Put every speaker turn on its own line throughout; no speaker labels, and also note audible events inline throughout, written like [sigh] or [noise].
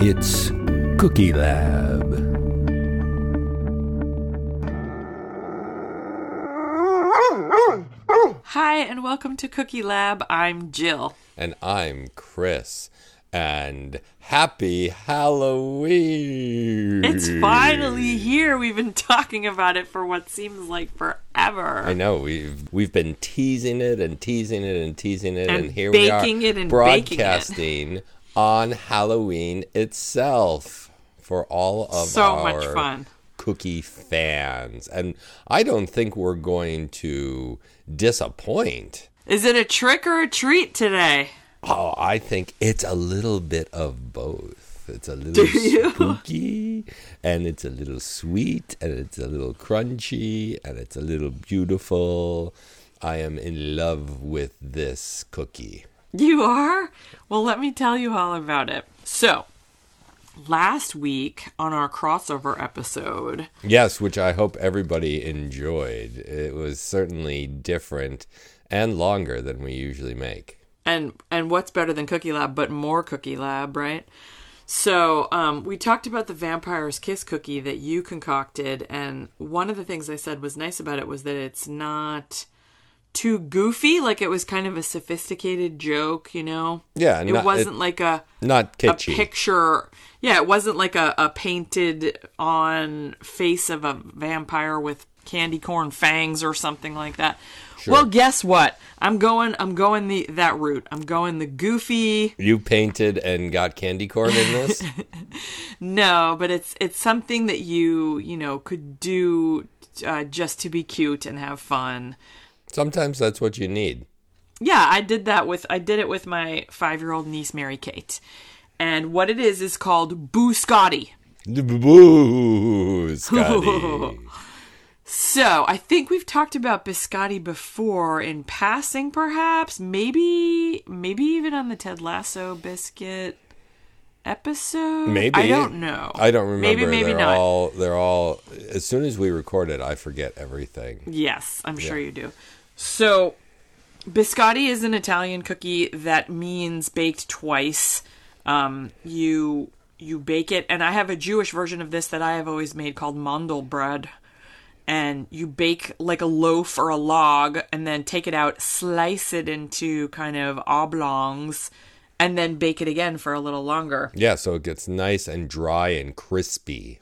It's Cookie Lab.
Hi, and welcome to Cookie Lab. I'm Jill.
And I'm Chris. And happy Halloween!
It's finally here. We've been [laughs] talking about it for what seems like forever.
I know we've we've been teasing it and teasing it and teasing it,
And
and, here
baking
we are
it and baking it.
broadcasting on Halloween itself for all of
So
our
much fun.
cookie fans, and I don't think we're going to disappoint.
Is it a trick or a treat today?
Oh, I think it's a little bit of both. It's a little spooky, and it's a little sweet, and it's a little crunchy, and it's a little beautiful. I am in love with this cookie.
You are? Well, let me tell you all about it. So, last week on our crossover episode,
Yes, which I hope everybody enjoyed. It was certainly different and longer than we usually make.
and and what's better than Cookie Lab but more Cookie Lab, right? So um, we talked about the Vampire's Kiss cookie that you concocted, and one of the things I said was nice about it was that it's not too goofy, like it was kind of a sophisticated joke, you know?
Yeah,
it
not- it-
wasn't like a
Not
a
kitschy.
picture. Yeah, it wasn't like a, a painted on face of a vampire with candy corn fangs or something like that. Well, guess what? I'm going. I'm going the that route. I'm going the goofy.
you painted and got candy corn in this?
No, but it's it's something that you you know could do uh, just to be cute and have fun.
Sometimes that's what you need.
Yeah, I did that with I did it with my five year old niece Mary Kate, and what it is is called Boo Scotty.
Boo, Scotty.
So I think we've talked about biscotti before in passing, perhaps, maybe, maybe even on the Ted Lasso biscuit episode.
Maybe
I don't know.
I don't remember.
Maybe, maybe
they're
not.
all they're all as soon as we record it, I forget everything.
Yes, I'm sure you do. So, biscotti is an Italian cookie that means baked twice. Um, you you bake it, and I have a Jewish version of this that I have always made called mandel bread. And you bake like a loaf or a log, and then take it out, slice it into kind of oblongs, and then bake it again for a little longer.
Yeah, so it gets nice and dry and crispy.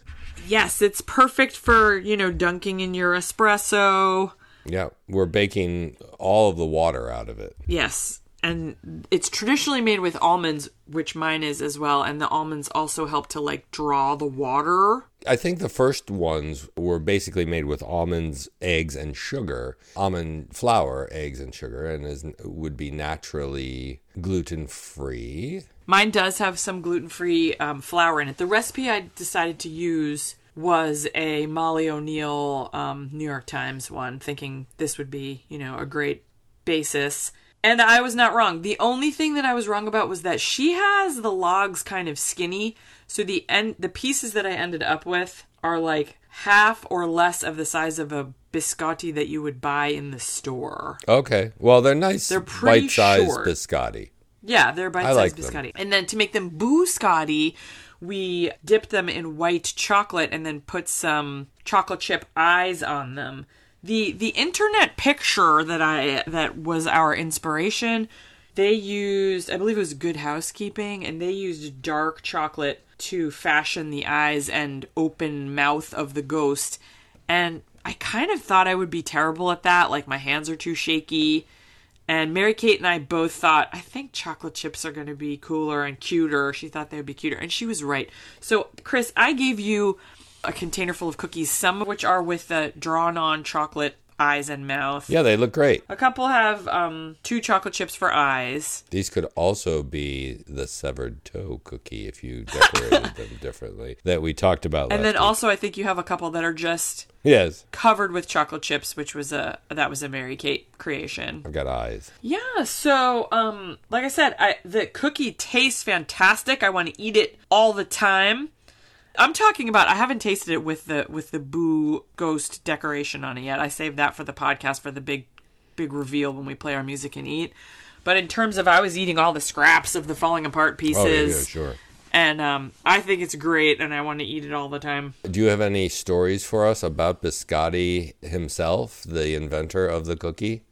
Yes, it's perfect for you know dunking in your espresso.
Yeah, we're baking all of the water out of it.
Yes. And it's traditionally made with almonds, which mine is as well. And the almonds also help to like draw the water.
I think the first ones were basically made with almonds, eggs, and sugar. Almond flour, eggs, and sugar, and is would be naturally gluten free.
Mine does have some gluten free um, flour in it. The recipe I decided to use was a Molly O'Neill um, New York Times one, thinking this would be, you know, a great basis. And I was not wrong. The only thing that I was wrong about was that she has the logs kind of skinny, so the end the pieces that I ended up with are like half or less of the size of a biscotti that you would buy in the store.
Okay, well they're nice,
They're pretty
bite-sized
short.
biscotti.
Yeah, they're bite-sized
like them.
biscotti. And then to make them biscotti, we dip them in white chocolate and then put some chocolate chip eyes on them. The the internet picture that I that was our inspiration, they used I believe it was Good Housekeeping and they used dark chocolate to fashion the eyes and open mouth of the ghost. And I kind of thought I would be terrible at that, like my hands are too shaky. And Mary Kate and I both thought, I think chocolate chips are going to be cooler and cuter. She thought they would be cuter. And she was right. So, Chris, I gave you a container full of cookies, some of which are with the drawn on chocolate eyes and mouth.
Yeah, they look great.
A couple have um, two chocolate chips for eyes.
These could also be the severed toe cookie if
[laughs]
you decorated them differently that we talked about.
And
last
then
week.
also, I think you have a couple that are just
yes,
covered with chocolate chips, which was a that was a Mary Kate creation.
I've got eyes.
Yeah, so um like I said, I the cookie tastes fantastic. I want to eat it all the time. I'm talking about I haven't tasted it with the with the boo ghost decoration on it yet. I saved that for the podcast for the big big reveal when we play our music and eat. But in terms of I was eating all the scraps of the falling apart pieces
Oh yeah, sure.
And um, I think it's great, and I want to eat it all the time. [laughs]
Do you have any stories for us about Biscotti himself, the inventor of
[laughs]
the cookie?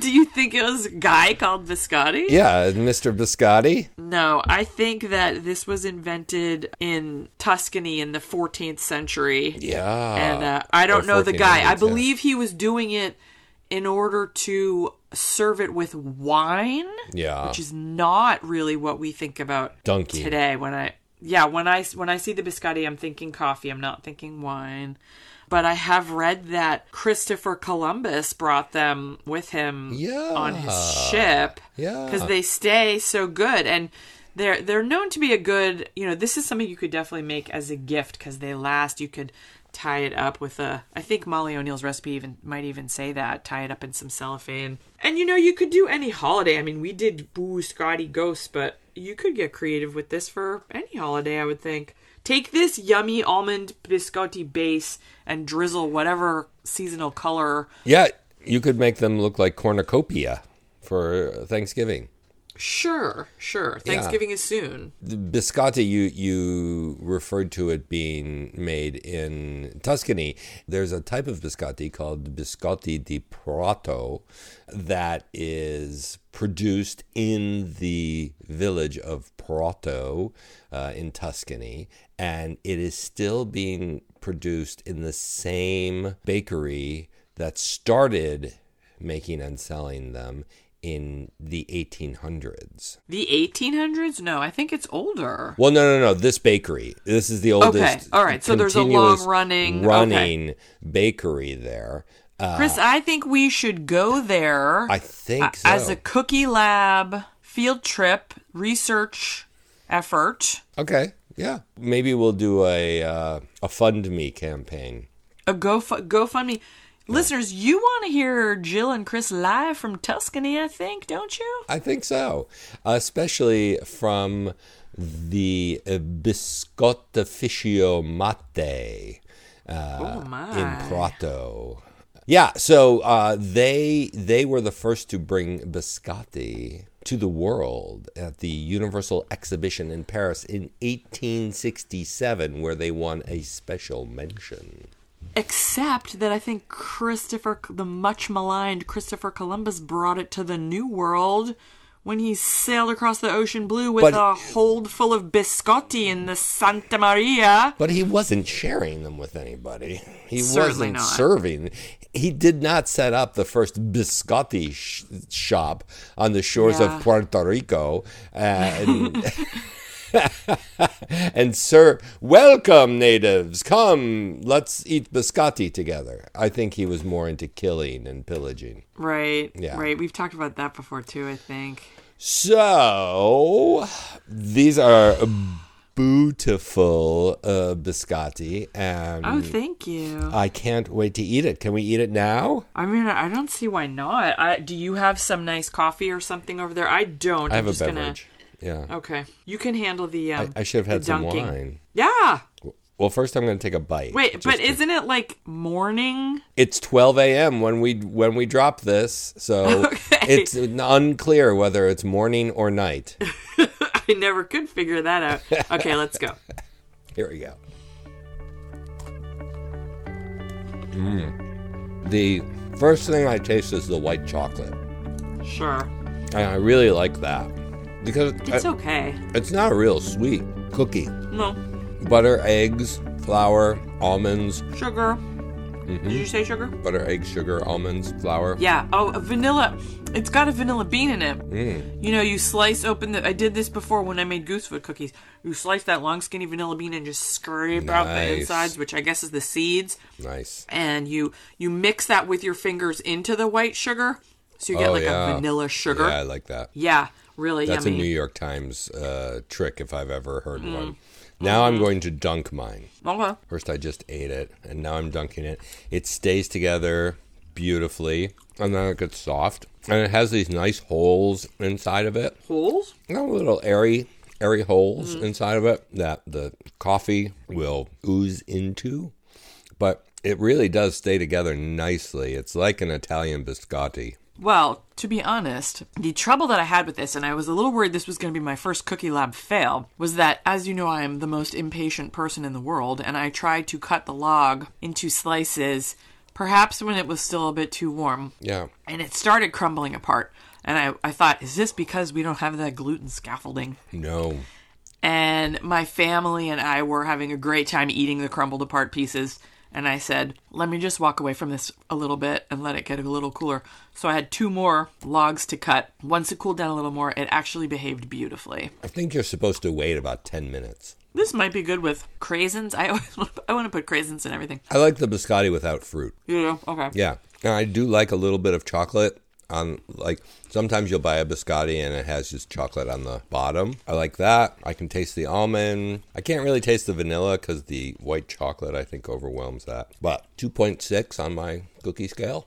Do you think it was a guy called Biscotti?
Yeah, Mr. Biscotti.
No, I think that this was invented in Tuscany in the 14th century.
Yeah.
and uh, I don't
Or
know the guy. I
1400s, yeah.
believe he was doing it in order to serve it with wine,
yeah.
which is not really what we think about
Donkey.
today. When I yeah, when I when I see the biscotti, I'm thinking coffee. I'm not thinking wine. But I have read that Christopher Columbus brought them with him
Yeah.
on his ship
Yeah.
because they stay so good and they're they're known to be a good you know this is something you could definitely make as a gift because they last you could tie it up with a i think molly o'neill's recipe even might even say that tie it up in some cellophane and you know you could do any holiday i mean we did boo scotty ghosts but you could get creative with this for any holiday i would think take this yummy almond biscotti base and drizzle whatever seasonal color
Yeah, you could make them look like cornucopia for Thanksgiving.
sure sure thanksgiving is soon
The biscotti, you you referred to it being made in Tuscany. There's a type of biscotti called biscotti di Prato that is produced in the village of Prato uh, in Tuscany, and it is still being produced in the same bakery that started making and selling them in the 1800s.
The 1800s? No, I think it's older.
Well, no, no, no. This bakery. This is the oldest.
Okay, all right, so there's a
continuous
long-running- okay.
running bakery there. Uh,
Chris, I think we should go there
I think so.
Uh, as a cookie lab field trip research effort.
okay, yeah. Maybe we'll do a uh, a fund me campaign.
A go GoFundMe. Listeners, you want to hear Jill and Chris live from Tuscany, I think, don't you?
I think so, especially from the uh, Biscottificio Mate. uh,
oh
in
my.
Prato. Yeah, so uh, they they were the first to bring biscotti to the world at the Universal Exhibition in Paris in 1867, where they won a special mention.
Except that I think Christopher the much maligned Christopher Columbus brought it to the new world when he sailed across the ocean blue with
But-
a hold full of biscotti in the Santa Maria.
But he wasn't sharing them with anybody. He
Certainly
wasn't
not.
serving. He did not set up the first biscotti sh- shop on the shores
Yeah.
of Puerto
[laughs]
Rico and, [laughs] and sir, welcome natives, come, let's eat biscotti together. I think he was more into killing and pillaging.
Right.
Yeah.
Right. We've talked about that before too, I think.
So these are beautiful uh, biscotti and.
Oh, thank you.
I can't wait to eat it. Can we eat it now?
I mean, I don't see why not. I, do you have some nice coffee or something over there? I don't.
I have
I'm
a
just gonna.
beverage. Yeah.
Okay, you can handle the. Um,
I, I should have had
the
some
dunking.
wine.
Yeah.
Well, first I'm going to take a bite.
Wait,
Just
but
to-
isn't it like morning? [laughs]
it's 12 a.m. when we when we drop this,
[laughs]
so it's unclear whether it's morning or night.
I never could figure that
[laughs]
out. Okay, let's go.
Here we go. Mm. The first thing I taste is the white chocolate,
Sure.
and I really like that because
It's
I-
okay.
it's not a real sweet cookie.
No.
Butter, eggs, flour, almonds,
Sugar.
Mm-hmm.
Did you say sugar?
butter, egg, sugar, almonds, flour.
Yeah. Oh, a vanilla. It's got a vanilla bean in it. Mm. You know, you slice open the. I did this before when I made goosefoot cookies. You slice that long, skinny vanilla bean and just scrape out the
Nice.
insides, which I guess is the seeds,
Nice.
and you you mix that with your fingers into the white sugar, so you get
Oh,
like a
yeah.
vanilla sugar.
Yeah, I
Yeah,
like that.
really
That's
yummy.
a New York Times uh, trick if I've ever heard
Mm-hmm.
one. Now I'm going to dunk mine.
okay.
First, I just ate it, and now I'm dunking it. It stays together beautifully, and then it gets soft, and it has these nice holes inside of it.
Holes.
You know, little airy, airy
Mm-hmm.
holes inside of it that the coffee will ooze into. But It really does stay together nicely. It's like an Italian biscotti.
Well, to be honest, the trouble that I had with this, and I was a little worried this was going to be my first Cookie Lab fail, was that, as you know, I am the most impatient person in the world, and I tried to cut the log into slices, perhaps when it was still a bit too warm,
Yeah.
and it started crumbling apart. And I, I thought, is this because we don't have that gluten scaffolding?
No.
and my family and I were having a great time eating the crumbled apart pieces. And I said, let me just walk away from this a little bit and let it get a little cooler. So I had two more logs to cut. Once it cooled down a little more, it actually behaved beautifully.
I think you're supposed to wait about 10 minutes.
This might be good with craisins. I [laughs] always want to, I want to put craisins in everything.
I like the biscotti without fruit.
Yeah, okay.
Yeah. Now, I do like a little bit of chocolate on, like, sometimes you'll buy a biscotti and it has just chocolate on the bottom. I like that. I can taste the almond. I can't really taste the vanilla because the white chocolate, I think, overwhelms that. But 2.6 on my cookie scale.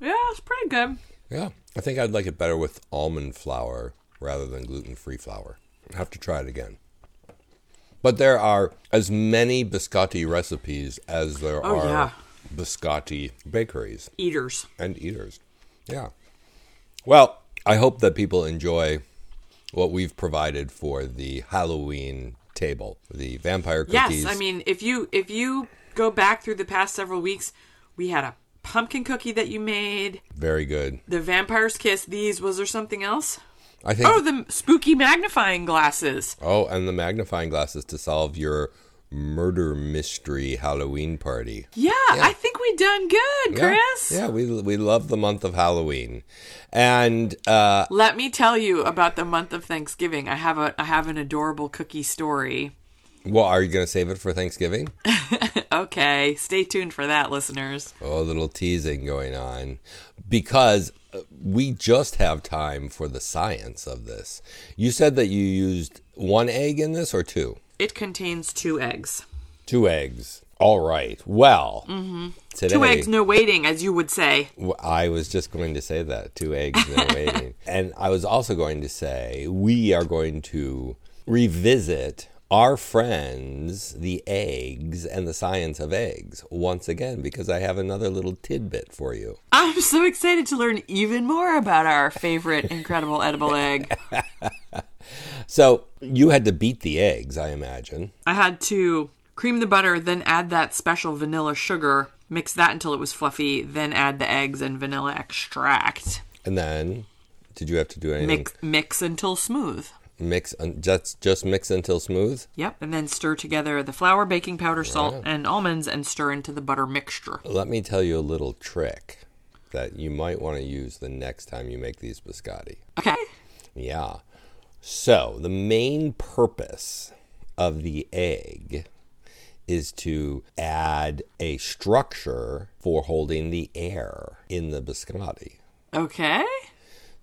Yeah, it's pretty good.
Yeah. I think I'd like it better with almond flour rather than gluten free flour. I have to try it again. But there are as many biscotti recipes as there
Oh,
are
yeah.
biscotti bakeries
Eaters.
and eaters. Yeah. Well, I hope that people enjoy what we've provided for the Halloween table, the vampire cookies.
Yes, I mean if you if you go back through the past several weeks, we had a pumpkin cookie that you made,
very good.
the vampire's kiss, these was there something else?
I think
Oh, the spooky magnifying glasses.
Oh, and the magnifying glasses to solve your murder mystery Halloween party.
Yeah, I think we done good, Chris.
Yeah, yeah we, we love the month of Halloween. And uh,
Let me tell you about the month of Thanksgiving. I have a I have an adorable cookie story.
well, are you going to save it for Thanksgiving?
Okay, stay tuned for that, listeners.
Oh, a little teasing going on because uh, we just have time for the science of this. You said that you used one egg in this or two?
It contains two eggs.
Two eggs. All right. Well, today
Mm-hmm. Two eggs, no waiting, as you would say.
Well, I was just going to say that two eggs no waiting, and I was also going to say we are going to revisit our friends, the eggs, and the science of eggs once again because I have another little tidbit for you.
I'm [laughs] so excited to learn even more about our favorite incredible edible egg.
So you had to beat the eggs, I imagine.
I had to cream the butter, then add that special vanilla sugar, mix that until it was fluffy, then add the eggs and vanilla extract.
And then, did you have to do anything?
Mix mix until smooth.
Mix, un- just just mix until smooth.
Yep, and then stir together the flour, baking powder, salt, and almonds, and stir into the butter mixture.
Let me tell you a little trick that you might want to use the next time you make these biscotti.
Okay.
Yeah. So the main purpose of the egg is to add a structure for holding the air in the biscotti.
Okay.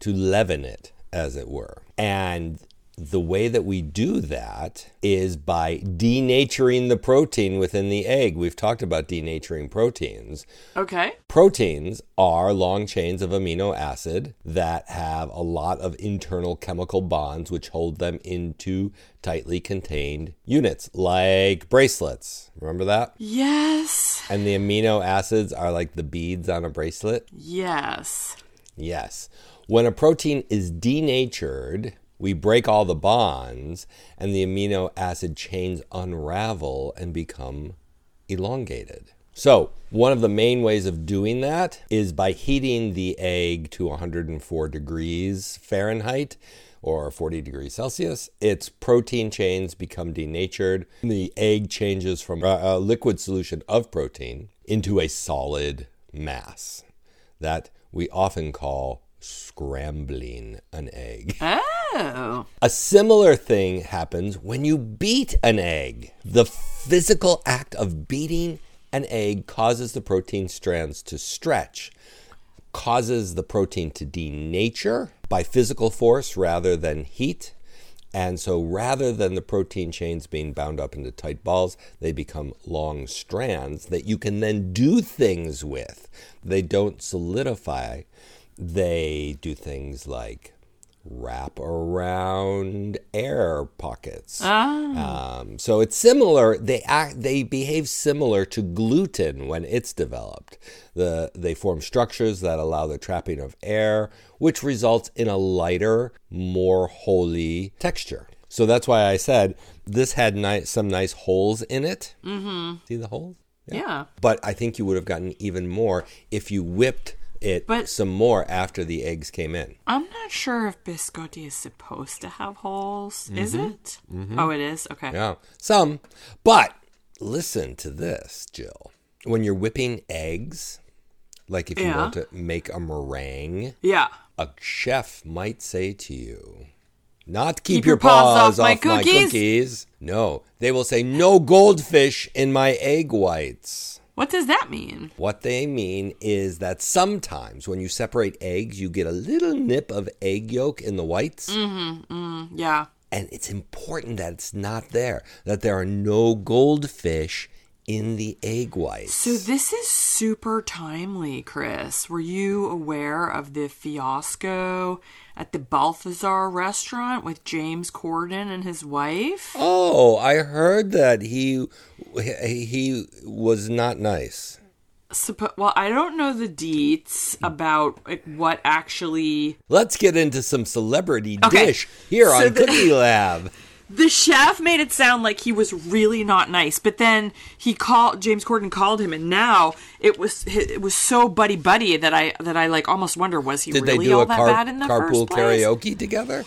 to leaven it, as it were. And the way that we do that is by denaturing the protein within the egg. We've talked about denaturing proteins.
Okay.
Proteins are long chains of amino acid that have a lot of internal chemical bonds which hold them into tightly contained units, like bracelets. Remember that?
Yes.
And the amino acids are like the beads on a bracelet.
Yes.
Yes. When a protein is denatured, we break all the bonds and the amino acid chains unravel and become elongated. So, one of the main ways of doing that is by heating the egg to 104 degrees Fahrenheit or 40 degrees Celsius. Its protein chains become denatured. The egg changes from a a liquid solution of protein into a solid mass that we often call scrambling an egg.
Oh.
A similar thing happens when you beat an egg. The physical act of beating an egg causes the protein strands to stretch, causes the protein to denature by physical force rather than heat. And so, rather than the protein chains being bound up into tight balls, they become long strands that you can then do things with. They don't solidify, they do things like wrap around air pockets. Um, so it's similar. They act, they behave similar to gluten when it's developed. The they form structures that allow the trapping of air, which results in a lighter, more holy texture. So that's why I said this had ni- some nice holes in it. Mm-hmm. See the holes?
yeah.
But I think you would have gotten even more if you whipped it
But-
some more after the eggs came in.
I'm not sure if biscotti is supposed to have holes. Is it? Oh, it is? Okay.
Yeah, some. But listen to this, Jill. When you're whipping eggs, like if you
Yeah.
want to make a meringue,
Yeah.
a chef might say to you, not keep,
Keep
your,
your paws
paws,
off my
off my
cookies."
cookies. No, they will say, no goldfish in my egg whites.
What does that mean?
What they mean is that sometimes when you separate eggs, you get a little nip of egg yolk in the whites,
Yeah.
and it's important that it's not there, that there are no goldfish in the egg whites.
So this is super timely, Chris. Were you aware of the fiasco at the Balthazar restaurant with James Corden and his wife?
Oh, I heard that he he was not nice.
Suppo- well, I don't know the deets about like, what actually
Let's get into some celebrity
Okay.
dish here
So
on
the-
Cookie Lab.
[laughs] the chef made it sound like he was really not nice, but then he called James Corden called him, and now it was it was so buddy buddy that I that I like almost wonder was he
Did
really
they do
all
a
that
car-
bad in the
carpool
first place?
karaoke together?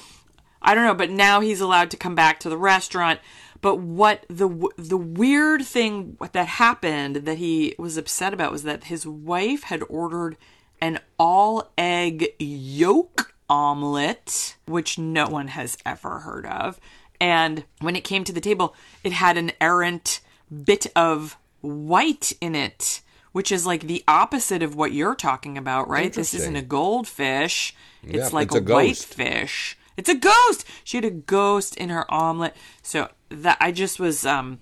I don't know, but now he's allowed to come back to the restaurant. But what the w- the weird thing that happened that he was upset about was that his wife had ordered an all egg yolk omelet, which no one has ever heard of. And when it came to the table, it had an errant bit of white in it, which is like the opposite of what you're talking about, right? This isn't a goldfish. It's
Yeah,
like
it's
a,
a
white
ghost.
fish. It's a ghost. She had a ghost in her omelet. So that I just was um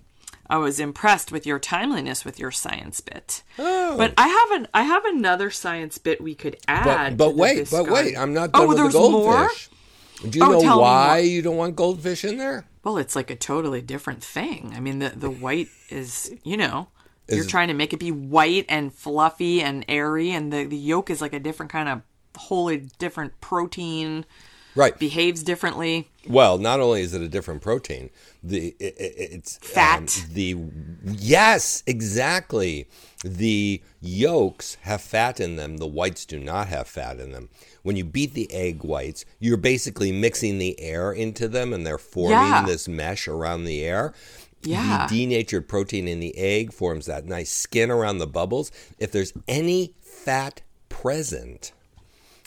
I was impressed with your timeliness with your science bit.
Oh.
But I have an I have another science bit we could add.
But,
to
but
the
wait, but
biscotti.
wait, I'm not
Oh,
done with the
there's more?
goldfish. Do you
Oh, tell
know
me
why you don't want goldfish in there?
Well, it's like a totally different thing. I mean, the the white is, you know, you're trying to make it be white and fluffy and airy and the the yolk is like a different kind of wholly different protein
Right.
behaves differently.
Well, not only is it a different protein, the i i it's um,
Fat.
the yes, exactly. The yolks have fat in them. The whites do not have fat in them. When you beat the egg whites, you're basically mixing the air into them, and they're forming
Yeah.
this mesh around the air.
Yeah.
The denatured protein in the egg forms that nice skin around the bubbles. If there's any fat present,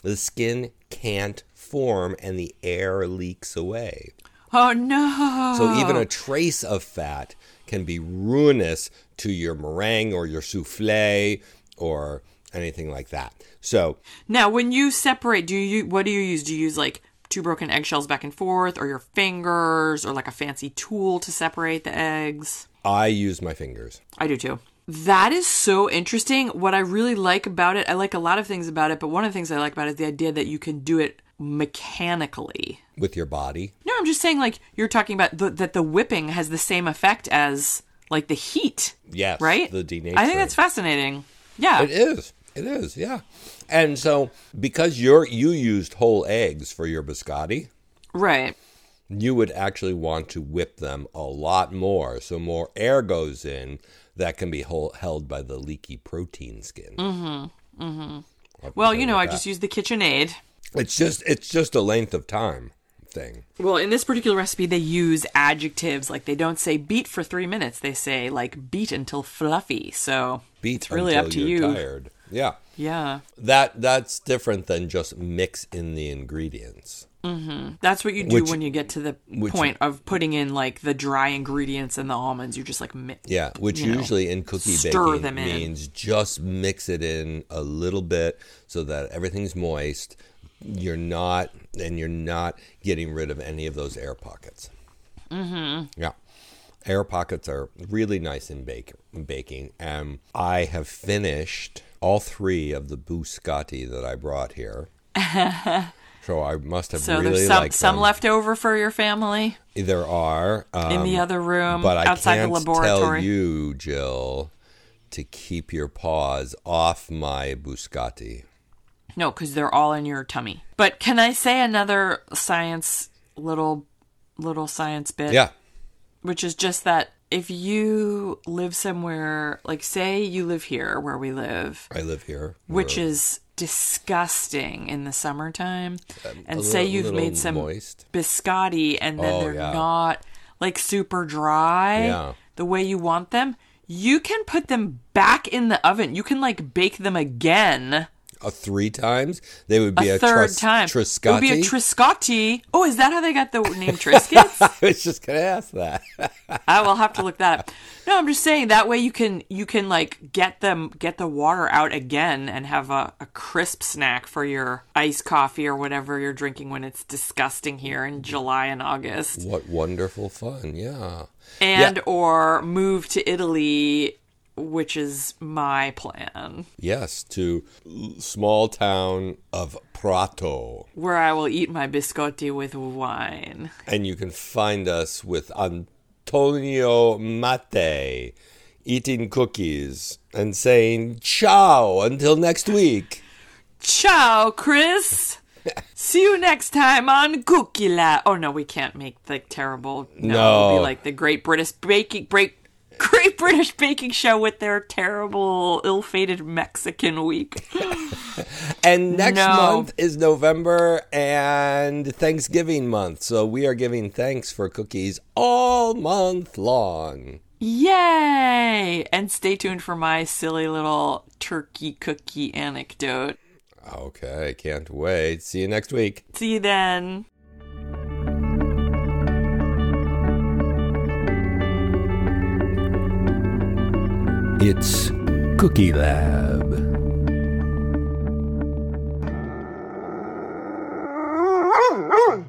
the skin can't form and the air leaks away.
Oh no.
So even a trace of fat can be ruinous to your meringue or your souffle or anything like that. So
Now, when you separate, do you what do you use? Do you use like two broken eggshells back and forth, or your fingers, or like a fancy tool to separate the eggs?
I use my fingers.
I do too. That is so interesting. What I really like about it, I like a lot of things about it, but one of the things I like about it is the idea that you can do it mechanically.
With your body,
No, I'm just saying, like you're talking about the, that the whipping has the same effect as like the heat,
yes,
right?
The denaturing.
I think that's fascinating. Yeah,
It is. It is. Yeah. And so because you're you used whole eggs for your biscotti,
right.
you would actually want to whip them a lot more so more air goes in that can be hol- held by the leaky protein skin mm-hmm. Mm-hmm.
Well, you know, I just use the KitchenAid.
it's just it's just a length of time thing
Well, in this particular recipe, they use adjectives. Like they don't say beat for three minutes. They say like beat until fluffy. So
beat
it's really
until
up to
you're
you.
tired yeah
Yeah,
that that's different than just mix in the ingredients
that's what you do
Which-
when you get to the point of putting in like the dry ingredients and the almonds. You just like mi-
yeah which
You know,
usually in cookie
stir
baking
them in.
means just mix it in a little bit so that everything's moist you're not and you're not getting rid of any of those air pockets
Mm-hmm.
Yeah. Air pockets are really nice in bake, baking.
[laughs]
Um, I have finished all three of the Buscati that I brought here. so I must have
So
really
there's some
liked
some
them.
left over for your family
There are um,
in the other room
but I
Mm-hmm. outside
can't
the laboratory.
tell you, Jill, to keep your paws off my Buscati.
No, because they're all in your tummy. But can I say another science little little science bit?
Yeah,
Which is just that if you live somewhere like say you live here where we live,
I live here.
which is disgusting in the summertime, and
a
say
little-
you've
little
made some
moist.
biscotti and then
Oh,
they're
yeah.
not like super dry
Yeah.
the way you want them, you can put them back in the oven. You can like bake them again
a three times. They would be
a,
a,
third
tris-
time.
Triscotti.
It would be a Triscotti. Oh, is that how they got the name Triscuits?
[laughs] I was just gonna ask that. [laughs]
I will have to look that up. No, I'm just saying that way you can you can like get them get the water out again and have a, a crisp snack for your iced coffee or whatever you're drinking when it's disgusting here in July and August.
what wonderful fun! Yeah,
And or move to Italy, which is my plan.
yes, to l- small town of Prato,
Where I will eat my biscotti with wine.
and you can find us with Antonio Mate eating cookies and saying ciao until next week.
Ciao, Chris. See you next time on Cookie La. Oh no, we can't make the terrible. No, it'll
No.
be like the Great British Baking Break. Great British Baking Show with their terrible, ill-fated Mexican week.
And next
No.
month is November and Thanksgiving month. So we are giving thanks for cookies all month long.
Yay! And stay tuned for my silly little turkey cookie anecdote.
Okay, can't wait. See you next week.
See you then.
It's Cookie Lab.
Mm-hmm.